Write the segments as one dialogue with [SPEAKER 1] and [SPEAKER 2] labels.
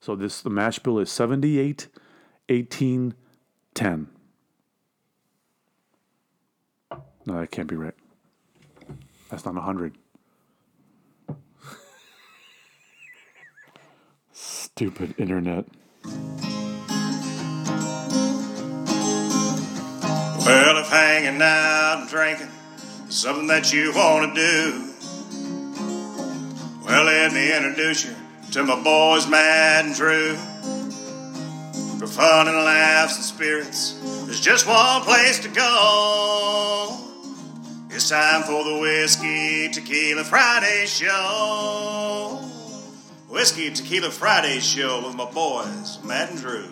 [SPEAKER 1] So this the match bill is 78 18 10. No, that can't be right. That's not 100. Stupid internet.
[SPEAKER 2] Well, if hanging out and drinking is something that you want to do, well, let me introduce you to my boys, Mad and True. For fun and laughs and spirits, there's just one place to go. It's time for the Whiskey Tequila Friday Show. Whiskey Tequila Friday Show with my boys, Matt and Drew.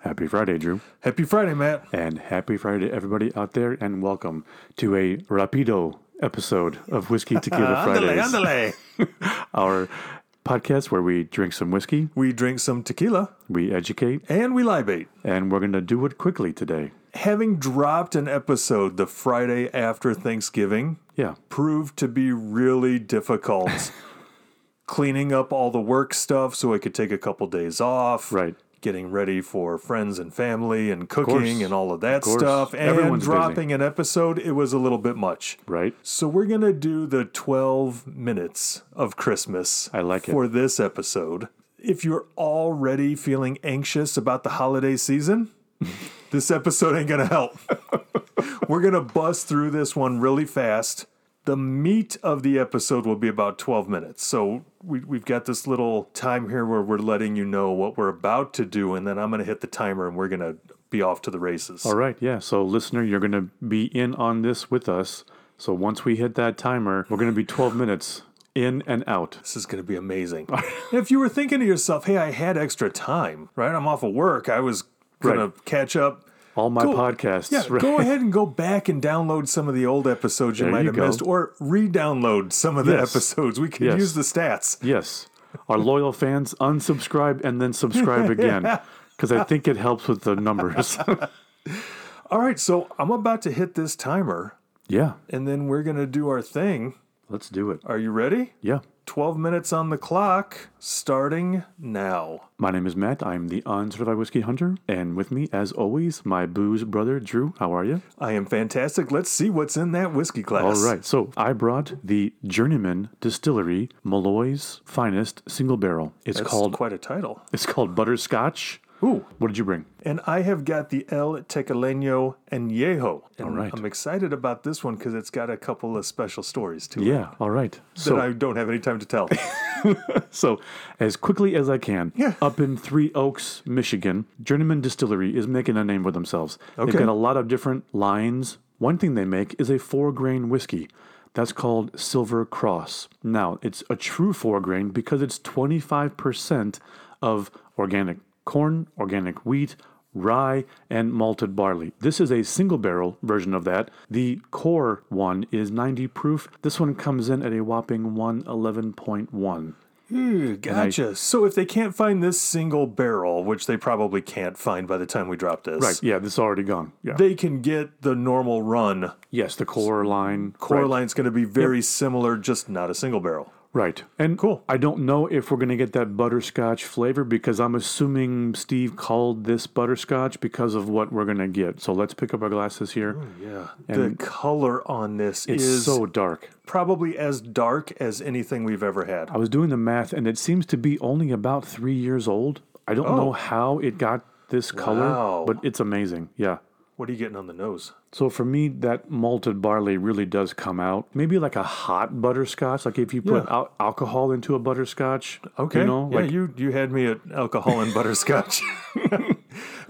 [SPEAKER 1] Happy Friday, Drew.
[SPEAKER 3] Happy Friday, Matt.
[SPEAKER 1] And happy Friday to everybody out there, and welcome to a Rapido episode of Whiskey Tequila
[SPEAKER 3] Andale,
[SPEAKER 1] Fridays,
[SPEAKER 3] andale.
[SPEAKER 1] our podcast where we drink some whiskey,
[SPEAKER 3] We drink some tequila
[SPEAKER 1] we educate,
[SPEAKER 3] and we libate.
[SPEAKER 1] and we're going to do it quickly today.
[SPEAKER 3] Having dropped an episode the Friday after Thanksgiving
[SPEAKER 1] Yeah.
[SPEAKER 3] proved to be really difficult. Cleaning up all the work stuff so I could take a couple days off.
[SPEAKER 1] Right.
[SPEAKER 3] Getting ready for friends and family and
[SPEAKER 1] course.
[SPEAKER 3] cooking and all of that
[SPEAKER 1] course.
[SPEAKER 3] stuff. And
[SPEAKER 1] Everyone's busy.
[SPEAKER 3] dropping an episode, it was a little bit much.
[SPEAKER 1] Right?
[SPEAKER 3] So we're going to do the 12 minutes of Christmas.
[SPEAKER 1] I like it.
[SPEAKER 3] For this episode. If you're already feeling anxious about the holiday season, this episode ain't going to help. we're going to bust through this one really fast. The meat of the episode will be about 12 minutes. So we, we've got this little time here where we're letting you know what we're about to do, and then I'm going to hit the timer and we're going to be off to the races.
[SPEAKER 1] All right. Yeah. So, listener, you're going to be in on this with us. So, once we hit that timer, we're going to be 12 minutes in and out.
[SPEAKER 3] This is going to be amazing. if you were thinking to yourself, hey, I had extra time, right? I'm off of work. I was going to
[SPEAKER 1] Right.
[SPEAKER 3] catch up.
[SPEAKER 1] All my
[SPEAKER 3] Go-
[SPEAKER 1] podcasts.
[SPEAKER 3] Yeah,
[SPEAKER 1] right?
[SPEAKER 3] go ahead and go back and download some of the old episodes you
[SPEAKER 1] There
[SPEAKER 3] might
[SPEAKER 1] you
[SPEAKER 3] have
[SPEAKER 1] go.
[SPEAKER 3] missed or re download some of the
[SPEAKER 1] Yes.
[SPEAKER 3] episodes. We can
[SPEAKER 1] Yes.
[SPEAKER 3] use the stats.
[SPEAKER 1] Yes. Our loyal fans unsubscribe and then subscribe again because I think it helps with the numbers.
[SPEAKER 3] All right, so I'm about to hit this timer
[SPEAKER 1] yeah.
[SPEAKER 3] and then we're going to do our thing.
[SPEAKER 1] Let's do it.
[SPEAKER 3] Are you ready?
[SPEAKER 1] Yeah.
[SPEAKER 3] 12 minutes on the clock starting now.
[SPEAKER 1] My name is Matt. I'm the uncertified whiskey hunter. And with me, as always, my booze brother, Drew. How are you?
[SPEAKER 3] I am fantastic. Let's see what's in that whiskey
[SPEAKER 1] All
[SPEAKER 3] glass.
[SPEAKER 1] right. So I brought the Journeyman Distillery Malloy's Finest Single Barrel. It's
[SPEAKER 3] That's
[SPEAKER 1] called
[SPEAKER 3] quite a title.
[SPEAKER 1] it's called Butterscotch.
[SPEAKER 3] Ooh.
[SPEAKER 1] What did you bring?
[SPEAKER 3] And I have got the El Tecaleño Añejo. And
[SPEAKER 1] All right.
[SPEAKER 3] I'm excited about this one because it's got a couple of special stories to it
[SPEAKER 1] Yeah. All right.
[SPEAKER 3] that
[SPEAKER 1] So
[SPEAKER 3] I don't have any time to tell.
[SPEAKER 1] So, as quickly as I can,
[SPEAKER 3] Yeah.
[SPEAKER 1] up in Three Oaks, Michigan, Journeyman Distillery is making a name for themselves.
[SPEAKER 3] Okay.
[SPEAKER 1] They've got a lot of different lines. One thing they make is a four grain whiskey. That's called Silver Cross. Now, it's a true four grain because it's 25% of organic corn, organic wheat, rye, and malted barley. This is a single barrel version of that. The core one is 90 proof. This one comes in at a whopping 111.1.
[SPEAKER 3] Ooh, Hmm, gotcha. so if they can't find this single barrel, which they probably can't find by the time we drop this,
[SPEAKER 1] Right. Yeah, this is already gone. Yeah.
[SPEAKER 3] they can get the normal run.
[SPEAKER 1] yes, the core line.
[SPEAKER 3] Core
[SPEAKER 1] right.
[SPEAKER 3] line's going to be very similar, just not a single barrel.
[SPEAKER 1] Right. And cool. I don't know if we're going to get that butterscotch flavor because I'm assuming Steve called this butterscotch because of what we're going to get. So let's pick up our glasses here.
[SPEAKER 3] Yeah.
[SPEAKER 1] And-
[SPEAKER 3] the color on this
[SPEAKER 1] It's
[SPEAKER 3] is
[SPEAKER 1] so dark.
[SPEAKER 3] probably as dark as anything we've ever had.
[SPEAKER 1] I was doing the math and it seems to be only about three years old. I don't know how it got this color,
[SPEAKER 3] Oh. Wow.
[SPEAKER 1] but it's amazing. Yeah.
[SPEAKER 3] What are you getting on the nose?
[SPEAKER 1] So for me, that malted barley really does come out. Maybe like a hot butterscotch, like if you put
[SPEAKER 3] Yeah.
[SPEAKER 1] al- alcohol into a butterscotch.
[SPEAKER 3] Okay.
[SPEAKER 1] you know,
[SPEAKER 3] yeah,
[SPEAKER 1] like
[SPEAKER 3] you you had me at alcohol and butterscotch.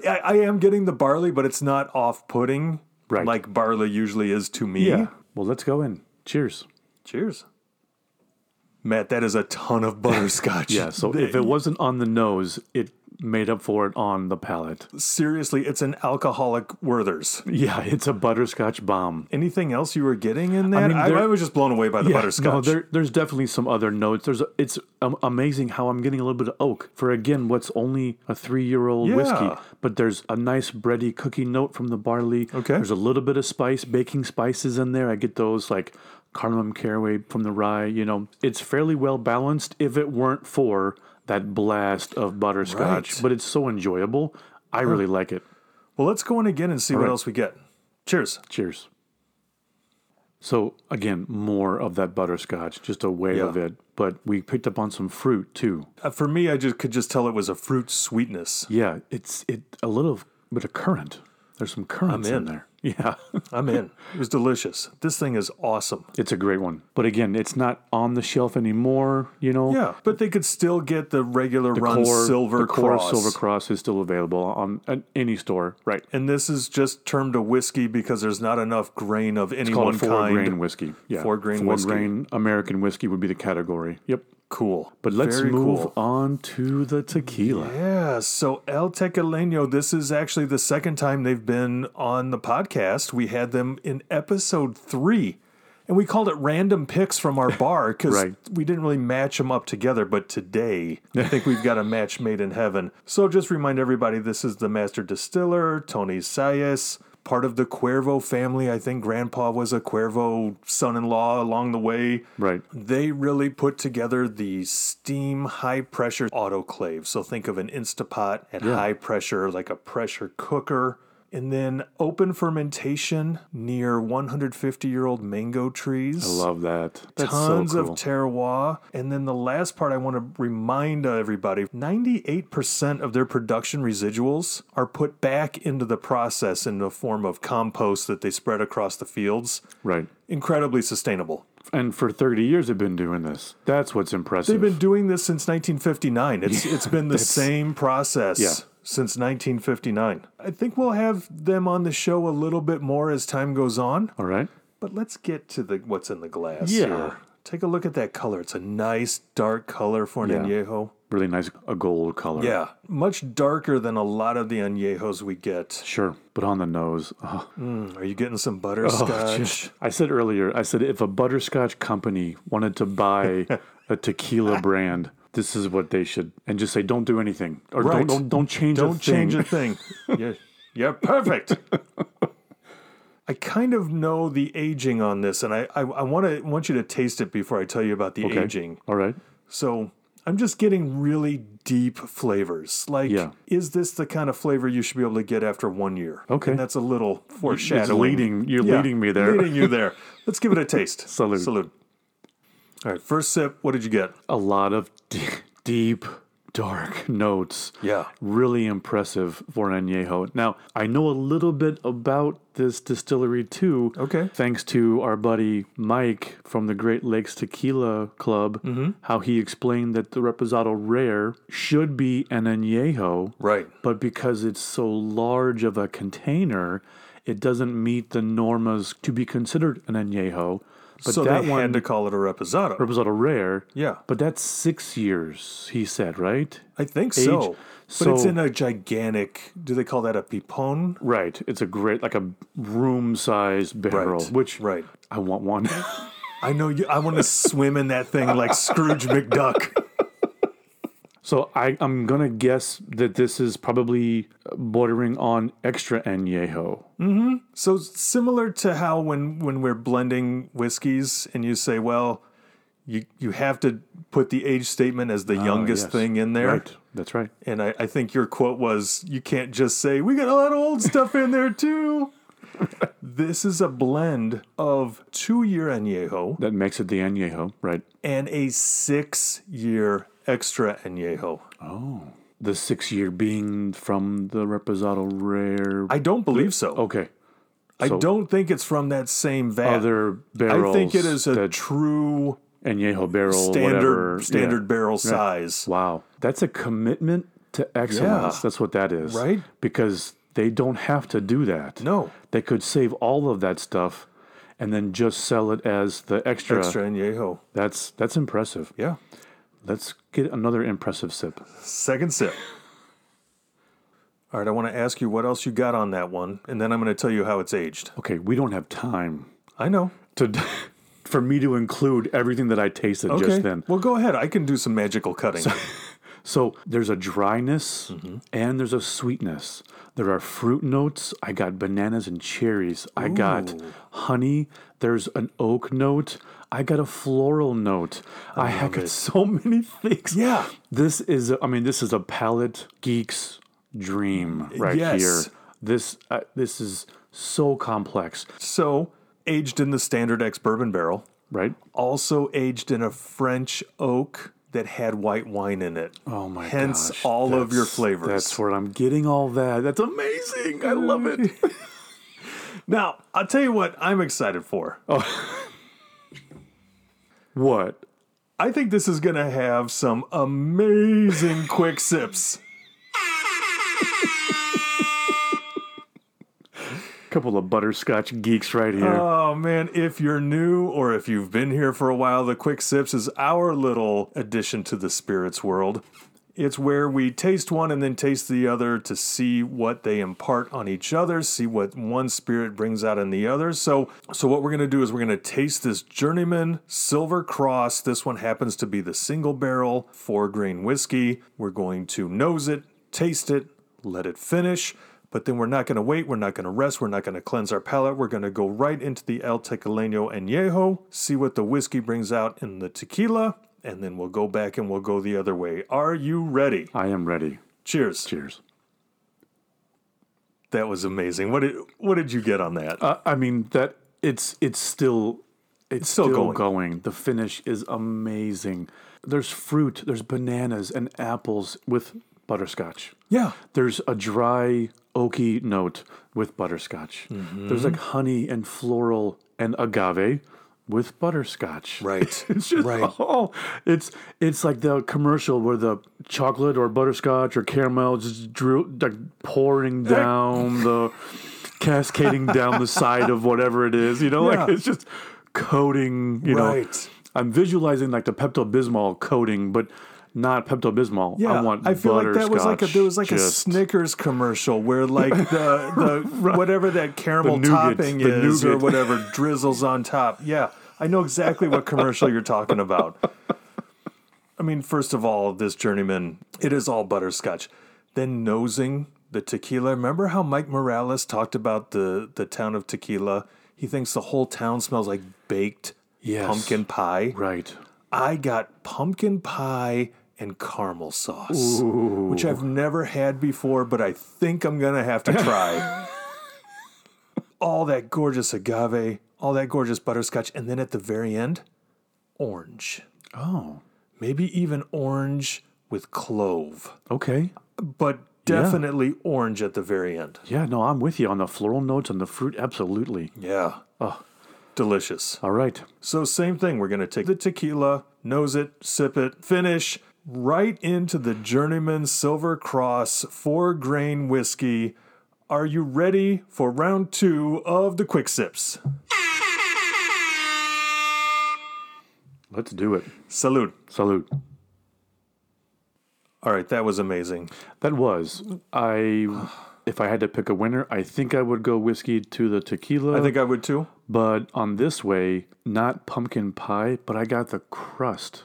[SPEAKER 3] I, I am getting the barley, but it's not off-putting,
[SPEAKER 1] Right.
[SPEAKER 3] Like barley usually is to me.
[SPEAKER 1] Yeah. Well, let's go in. Cheers.
[SPEAKER 3] Cheers, Matt. That is a ton of butterscotch.
[SPEAKER 1] Yeah. So if it wasn't on the nose, it made up for it on the palate.
[SPEAKER 3] Seriously, it's an alcoholic Werther's.
[SPEAKER 1] Yeah, it's a butterscotch bomb.
[SPEAKER 3] Anything else you were getting in that? I,
[SPEAKER 1] mean, there-
[SPEAKER 3] I was just blown away by the
[SPEAKER 1] Yeah,
[SPEAKER 3] butterscotch.
[SPEAKER 1] No, there, there's definitely some other notes. There's a, it's um, amazing how I'm getting a little bit of oak for again what's only a three year old
[SPEAKER 3] Yeah.
[SPEAKER 1] whiskey, but there's a nice bready cookie note from the barley.
[SPEAKER 3] Okay.
[SPEAKER 1] there's a little bit of spice, baking spices in there. I get those like cardamom, caraway from the rye. You know, it's fairly well balanced. If it weren't for that blast of butterscotch,
[SPEAKER 3] Right.
[SPEAKER 1] but it's so enjoyable. I really like it.
[SPEAKER 3] Well, let's go in again and see what else we get. Cheers.
[SPEAKER 1] Cheers. So again, more of that butterscotch, just a way of
[SPEAKER 3] Yeah.
[SPEAKER 1] it. But we picked up on some fruit too.
[SPEAKER 3] Uh, For me, I just could just tell it was a fruit sweetness.
[SPEAKER 1] Yeah, it's it a little bit of currant. There's some currants in.
[SPEAKER 3] in.
[SPEAKER 1] there. Yeah,
[SPEAKER 3] I'm in. It was delicious. This thing is awesome.
[SPEAKER 1] it's a great one. But again, it's not on the shelf anymore. You know,
[SPEAKER 3] Yeah, but they could still get the regular run
[SPEAKER 1] Core-
[SPEAKER 3] silver
[SPEAKER 1] the core
[SPEAKER 3] cross.
[SPEAKER 1] silver cross is still available on, on any store. Right,
[SPEAKER 3] and this is just termed a whiskey because there's not enough grain of any
[SPEAKER 1] called
[SPEAKER 3] one
[SPEAKER 1] a four
[SPEAKER 3] kind.
[SPEAKER 1] grain whiskey. Yeah,
[SPEAKER 3] Four grain
[SPEAKER 1] four
[SPEAKER 3] whiskey.
[SPEAKER 1] grain American whiskey would be the category. Yep.
[SPEAKER 3] Cool.
[SPEAKER 1] But let's
[SPEAKER 3] Very
[SPEAKER 1] move
[SPEAKER 3] cool.
[SPEAKER 1] on to the tequila.
[SPEAKER 3] Yeah, so El Tequileno, this is actually the second time they've been on the podcast. We had them in episode three, and we called it random picks from our bar because
[SPEAKER 1] Right.
[SPEAKER 3] we didn't really match them up together. But today, I think we've got a match made in heaven. So just remind everybody this is the master distiller, Tony Sayas. Part of the Cuervo family. I think grandpa was a Cuervo son in law along the way.
[SPEAKER 1] Right.
[SPEAKER 3] They really put together the steam high pressure autoclave. So think of an Instapot at high pressure, like a pressure cooker. And then open fermentation near 150 year old mango trees.
[SPEAKER 1] Love that. That's
[SPEAKER 3] Tons
[SPEAKER 1] so
[SPEAKER 3] of
[SPEAKER 1] cool.
[SPEAKER 3] terroir. And then the last part I want to remind uh, everybody 98% of their production residuals are put back into the process in the form of compost that they spread across the fields.
[SPEAKER 1] right.
[SPEAKER 3] Incredibly sustainable.
[SPEAKER 1] And for 30 years they've been doing this. That's what's impressive.
[SPEAKER 3] They've been doing this since 1959. It's it's been the same process
[SPEAKER 1] Yeah.
[SPEAKER 3] since 1959. I think we'll have them on the show a little bit more as time goes on,
[SPEAKER 1] All right.
[SPEAKER 3] but let's get to the what's in the glass
[SPEAKER 1] Yeah.
[SPEAKER 3] here. Take a look at that color. It's a nice dark color for an
[SPEAKER 1] Yeah.
[SPEAKER 3] añejo.
[SPEAKER 1] Really nice a gold color.
[SPEAKER 3] Yeah, much darker than a lot of the añejos we get.
[SPEAKER 1] Sure. But on the nose. Oh,
[SPEAKER 3] Are you getting some butterscotch?
[SPEAKER 1] I said earlier, I said if a butterscotch company wanted to buy a tequila brand, this is what they should and just say don't do anything or
[SPEAKER 3] Right.
[SPEAKER 1] don't, don't don't change a
[SPEAKER 3] Don't change
[SPEAKER 1] thing.
[SPEAKER 3] a thing. you're, you're perfect. I kind of know the aging on this, and I, I, I want to want you to taste it before I tell you about the
[SPEAKER 1] Okay.
[SPEAKER 3] aging.
[SPEAKER 1] All right.
[SPEAKER 3] So I'm just getting really deep flavors. Like,
[SPEAKER 1] Yeah.
[SPEAKER 3] is this the kind of flavor you should be able to get after one year?
[SPEAKER 1] Okay.
[SPEAKER 3] and that's a little foreshadowing.
[SPEAKER 1] leading- you're leading me there.
[SPEAKER 3] Leading you there. Let's give it a taste.
[SPEAKER 1] Salute.
[SPEAKER 3] Salute. All right, first sip. What did you get?
[SPEAKER 1] A lot of d- deep dark notes.
[SPEAKER 3] Yeah.
[SPEAKER 1] really impressive for an añejo. Now, I know a little bit about this distillery too.
[SPEAKER 3] Okay.
[SPEAKER 1] Thanks to our buddy Mike from the Great Lakes Tequila Club,
[SPEAKER 3] Mm-hmm.
[SPEAKER 1] how he explained that the Reposado Rare should be an añejo,
[SPEAKER 3] Right.
[SPEAKER 1] but because it's so large of a container, it doesn't meet the normas to be considered an añejo. But
[SPEAKER 3] so
[SPEAKER 1] that
[SPEAKER 3] they
[SPEAKER 1] one
[SPEAKER 3] had to call it a reposado.
[SPEAKER 1] Reposado Rare.
[SPEAKER 3] Yeah.
[SPEAKER 1] But that's six years, he said, right?
[SPEAKER 3] I think so. but it's
[SPEAKER 1] So-
[SPEAKER 3] in a gigantic. Do they call that a pipone?
[SPEAKER 1] Right. It's a great, like a room size barrel,
[SPEAKER 3] Right,
[SPEAKER 1] which
[SPEAKER 3] right.
[SPEAKER 1] I want one.
[SPEAKER 3] I know you. I want to swim in that thing like Scrooge McDuck.
[SPEAKER 1] so I, I'm going to guess that this is probably bordering on extra añejo.
[SPEAKER 3] So similar to how when when we're blending whiskeys and you say, well, you you have to put the age statement as the youngest
[SPEAKER 1] Ah, yes.
[SPEAKER 3] thing in there.
[SPEAKER 1] Right. That's right.
[SPEAKER 3] And I, I think your quote was, you can't just say, we got a lot of old stuff in there too. this is a blend of two year añejo
[SPEAKER 1] That makes it the añejo, right?
[SPEAKER 3] and a six year extra añejo.
[SPEAKER 1] The six year being from the Reposado Rare.
[SPEAKER 3] I don't believe so.
[SPEAKER 1] okay.
[SPEAKER 3] I
[SPEAKER 1] Oh, so-
[SPEAKER 3] don't think it's from that same vat.
[SPEAKER 1] Other
[SPEAKER 3] I
[SPEAKER 1] barrels.
[SPEAKER 3] think it is a
[SPEAKER 1] that
[SPEAKER 3] true
[SPEAKER 1] añejo barrel,
[SPEAKER 3] standard
[SPEAKER 1] whatever. yeah.
[SPEAKER 3] standard barrel size.
[SPEAKER 1] Wow. That's a commitment to excellence.
[SPEAKER 3] Yeah.
[SPEAKER 1] That's what that is.
[SPEAKER 3] Right?
[SPEAKER 1] Because they don't have to do that.
[SPEAKER 3] No.
[SPEAKER 1] They could save all of that stuff and then just sell it as the extra.
[SPEAKER 3] Extra añejo.
[SPEAKER 1] That's that's impressive.
[SPEAKER 3] Yeah.
[SPEAKER 1] Let's get another impressive sip.
[SPEAKER 3] Second sip. All right, I want to ask you what else you got on that one, and then I'm going to tell you how it's aged.
[SPEAKER 1] Okay, we don't have time
[SPEAKER 3] I know.
[SPEAKER 1] to for me to include everything that I tasted
[SPEAKER 3] Okay.
[SPEAKER 1] just then.
[SPEAKER 3] Well, go ahead. I can do some magical cutting.
[SPEAKER 1] So there's a dryness
[SPEAKER 3] Mm-hmm.
[SPEAKER 1] and there's a sweetness. There are fruit notes. I got bananas and cherries. I got honey. There's an oak note. I got a floral note. I, had got so many things.
[SPEAKER 3] Yeah.
[SPEAKER 1] This is, I mean, this is a palate geek's dream right
[SPEAKER 3] Yes.
[SPEAKER 1] here. This uh, this is so complex,
[SPEAKER 3] so, aged in the standard X bourbon barrel,
[SPEAKER 1] right?
[SPEAKER 3] also aged in a French oak that had white wine in it.
[SPEAKER 1] Oh my
[SPEAKER 3] Hence
[SPEAKER 1] gosh.
[SPEAKER 3] all of your
[SPEAKER 1] That's-
[SPEAKER 3] flavors.
[SPEAKER 1] That's where I'm getting all that. That's amazing. I love it.
[SPEAKER 3] now, I'll tell you what I'm excited for.
[SPEAKER 1] Oh. what?
[SPEAKER 3] I think this is going to have some amazing quick sips.
[SPEAKER 1] couple of butterscotch geeks right here.
[SPEAKER 3] Oh man, if you're new or if you've been here for a while, the Quick Sips is our little addition to the spirits world. It's where we taste one and then taste the other to see what they impart on each other, see what one spirit brings out in the other. So, so what we're going to do is we're going to taste this Journeyman Silver Cross. This one happens to be the single barrel four grain whiskey. We're going to nose it, taste it, let it finish. But then we're not going to wait. We're not going to rest. We're not going to cleanse our palate. We're going to go right into the El Tequileño Añejo, see what the whiskey brings out in the tequila, and then we'll go back and we'll go the other way. Are you ready?
[SPEAKER 1] I am ready.
[SPEAKER 3] Cheers.
[SPEAKER 1] Cheers.
[SPEAKER 3] That was amazing. What did what did you get on that?
[SPEAKER 1] Uh, I mean that it's it's still it's,
[SPEAKER 3] still
[SPEAKER 1] still,
[SPEAKER 3] going.
[SPEAKER 1] going. The finish is amazing. There's fruit. There's bananas and apples with butterscotch.
[SPEAKER 3] yeah.
[SPEAKER 1] There's a dry oaky note with butterscotch.
[SPEAKER 3] Mm-hmm.
[SPEAKER 1] There's like honey and floral and agave with butterscotch.
[SPEAKER 3] Right.
[SPEAKER 1] It's just
[SPEAKER 3] Right.
[SPEAKER 1] all it's it's like the commercial where the chocolate or butterscotch or caramel is just drew like pouring down the cascading down the side of whatever it is, you know, like
[SPEAKER 3] Yeah.
[SPEAKER 1] it's just coating, you know.
[SPEAKER 3] Right.
[SPEAKER 1] I'm visualizing like the Pepto Bismol coating, but not Pepto Bismol.
[SPEAKER 3] Yeah,
[SPEAKER 1] I want
[SPEAKER 3] feel like that was like a,
[SPEAKER 1] butterscotch,
[SPEAKER 3] there was like a
[SPEAKER 1] just
[SPEAKER 3] Snickers commercial where like the the whatever that caramel
[SPEAKER 1] nougat,
[SPEAKER 3] topping
[SPEAKER 1] the
[SPEAKER 3] is or
[SPEAKER 1] nougat.
[SPEAKER 3] whatever drizzles on top. Yeah, I know exactly what commercial you're talking about. I mean, first of all, this journeyman, it is all butterscotch. Then nosing the tequila. Remember how Mike Morales talked about the the town of Tequila? He thinks the whole town smells like baked
[SPEAKER 1] Yes.
[SPEAKER 3] pumpkin pie.
[SPEAKER 1] right.
[SPEAKER 3] I got pumpkin pie and caramel sauce, which I've never had before, but I think I'm going to have to try. all that gorgeous agave, all that gorgeous butterscotch, and then at the very end, orange.
[SPEAKER 1] Oh,
[SPEAKER 3] Maybe even orange with clove,
[SPEAKER 1] okay.
[SPEAKER 3] but definitely orange at the very end.
[SPEAKER 1] Yeah, no, I'm with you on the floral notes and the fruit. Absolutely.
[SPEAKER 3] Yeah. Oh, delicious.
[SPEAKER 1] All right.
[SPEAKER 3] So, same thing. We're going to take the tequila, nose it, sip it, finish right into the Journeyman Silver Cross four grain whiskey. Are you ready for round two of the quick sips?
[SPEAKER 1] Let's do it.
[SPEAKER 3] Salud.
[SPEAKER 1] Salute.
[SPEAKER 3] All right, that was amazing.
[SPEAKER 1] That was. I, if I had to pick a winner, I think I would go whiskey to the tequila.
[SPEAKER 3] I think I would too.
[SPEAKER 1] but on this way, not pumpkin pie, but I got the crust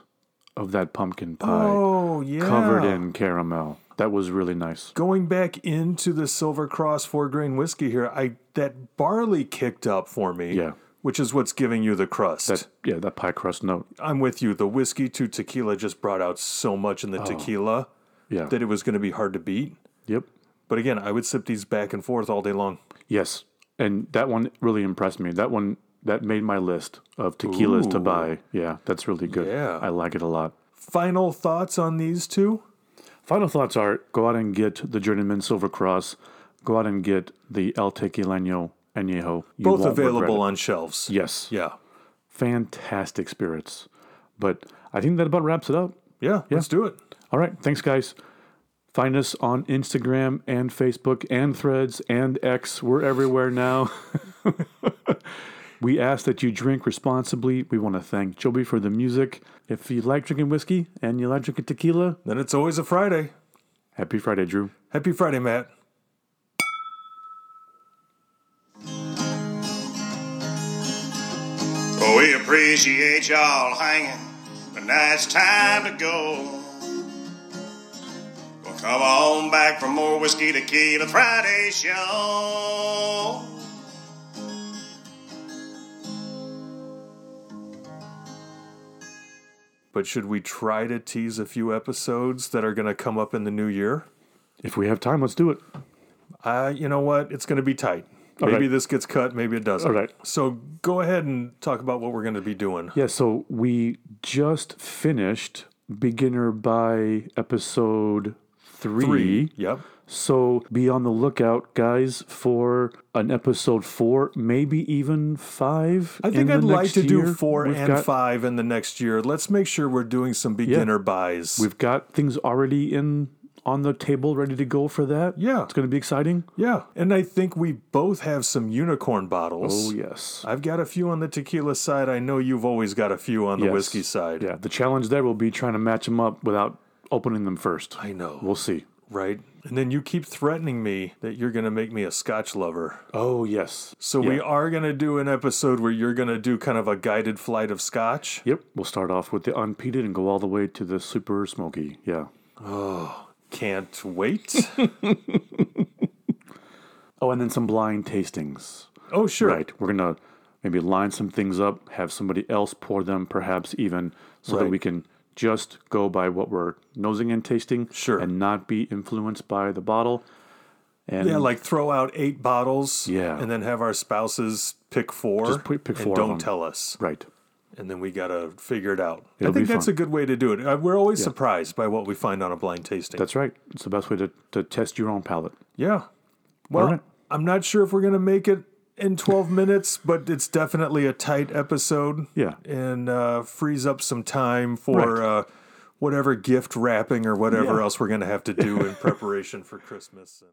[SPEAKER 1] of that pumpkin pie
[SPEAKER 3] Oh, yeah.
[SPEAKER 1] covered in caramel. That was really nice.
[SPEAKER 3] Going back into the Silver Cross four grain whiskey here, I that barley kicked up for me.
[SPEAKER 1] Yeah.
[SPEAKER 3] Which is what's giving you the crust.
[SPEAKER 1] That yeah, that pie crust note.
[SPEAKER 3] I'm with you. The whiskey to tequila just brought out so much in the tequila
[SPEAKER 1] Yeah.
[SPEAKER 3] that it was going to be hard to beat.
[SPEAKER 1] Yep.
[SPEAKER 3] But again, I would sip these back and forth all day long.
[SPEAKER 1] Yes. And that one really impressed me. That one that made my list of tequilas to
[SPEAKER 3] Ooh.
[SPEAKER 1] buy. Yeah, that's really good.
[SPEAKER 3] Yeah.
[SPEAKER 1] I like it a lot.
[SPEAKER 3] Final thoughts on these two?
[SPEAKER 1] Final thoughts are go out and get the Journeyman Silver Cross. Go out and get the El Tequileño Añejo. You
[SPEAKER 3] Both
[SPEAKER 1] won't regret
[SPEAKER 3] available
[SPEAKER 1] it.
[SPEAKER 3] on shelves.
[SPEAKER 1] Yes.
[SPEAKER 3] Yeah.
[SPEAKER 1] Fantastic spirits. But I think that about wraps it up.
[SPEAKER 3] Yeah. Let's do it.
[SPEAKER 1] All right. Thanks, guys. Find us on Instagram and Facebook and Threads and X. We're everywhere now. we ask that you drink responsibly. We want to thank Joby for the music. If you like drinking whiskey and you like drinking tequila,
[SPEAKER 3] Then it's always a Friday.
[SPEAKER 1] happy Friday, Drew.
[SPEAKER 3] Happy Friday, Matt.
[SPEAKER 2] Well, Oh, we appreciate y'all hanging, but now it's time to go. Well, come on back for more Whiskey Tequila Friday show.
[SPEAKER 3] But should we try to tease a few episodes that are going to come up in the new year?
[SPEAKER 1] If we have time, let's do it.
[SPEAKER 3] Uh, you know what? It's going to be tight.
[SPEAKER 1] All
[SPEAKER 3] maybe
[SPEAKER 1] right.
[SPEAKER 3] this gets cut, maybe it doesn't.
[SPEAKER 1] All right.
[SPEAKER 3] So go ahead and talk about what we're going to be doing.
[SPEAKER 1] Yeah, so we just finished Beginner by episode three.
[SPEAKER 3] Yep.
[SPEAKER 1] So be on the lookout, guys, for an episode four, maybe even five.
[SPEAKER 3] I
[SPEAKER 1] in
[SPEAKER 3] think
[SPEAKER 1] the
[SPEAKER 3] I'd like
[SPEAKER 1] next
[SPEAKER 3] to
[SPEAKER 1] year.
[SPEAKER 3] do four
[SPEAKER 1] We've
[SPEAKER 3] and
[SPEAKER 1] got-
[SPEAKER 3] five in the next year. Let's make sure we're doing some beginner buys.
[SPEAKER 1] We've got things already in on the table, ready to go for that.
[SPEAKER 3] Yeah.
[SPEAKER 1] it's going to be exciting.
[SPEAKER 3] yeah. And I think we both have some unicorn bottles.
[SPEAKER 1] Oh yes,
[SPEAKER 3] I've got a few on the tequila side. I know you've always got a few on the
[SPEAKER 1] Yes.
[SPEAKER 3] whiskey side.
[SPEAKER 1] yeah. The challenge there will be trying to match them up without opening them first.
[SPEAKER 3] I know.
[SPEAKER 1] We'll see.
[SPEAKER 3] right? And then you keep threatening me that you're going to make me a scotch lover.
[SPEAKER 1] Oh yes.
[SPEAKER 3] So we
[SPEAKER 1] Yeah.
[SPEAKER 3] are going to do an episode where you're going to do kind of a guided flight of scotch.
[SPEAKER 1] Yep. We'll start off with the unpeated and go all the way to the super smoky. Yeah.
[SPEAKER 3] Can't wait.
[SPEAKER 1] Oh, and then some blind tastings.
[SPEAKER 3] oh, sure.
[SPEAKER 1] Right. We're going to maybe line some things up, have somebody else pour them, perhaps even, so that
[SPEAKER 3] Right.
[SPEAKER 1] we can just go by what we're nosing and tasting
[SPEAKER 3] Sure.
[SPEAKER 1] and not be influenced by the bottle. And
[SPEAKER 3] Yeah, like throw out eight bottles.
[SPEAKER 1] Yeah.
[SPEAKER 3] And then have our spouses pick four.
[SPEAKER 1] Just pick- pick
[SPEAKER 3] and
[SPEAKER 1] four of
[SPEAKER 3] Don't
[SPEAKER 1] them.
[SPEAKER 3] tell us.
[SPEAKER 1] right.
[SPEAKER 3] And then we got to figure it out.
[SPEAKER 1] It'll
[SPEAKER 3] I think
[SPEAKER 1] be
[SPEAKER 3] that's
[SPEAKER 1] fun.
[SPEAKER 3] a good way to do it. Uh, We're always surprised by what we find on a blind tasting.
[SPEAKER 1] That's right. It's the best way to, to test your own palate.
[SPEAKER 3] yeah. Well,
[SPEAKER 1] right.
[SPEAKER 3] I'm not sure if we're going to make it in 12 minutes, but it's definitely a tight episode.
[SPEAKER 1] Yeah.
[SPEAKER 3] and uh, frees up some time for
[SPEAKER 1] Right.
[SPEAKER 3] uh, whatever gift wrapping or whatever
[SPEAKER 1] Yeah.
[SPEAKER 3] else we're going to have to do in preparation for Christmas.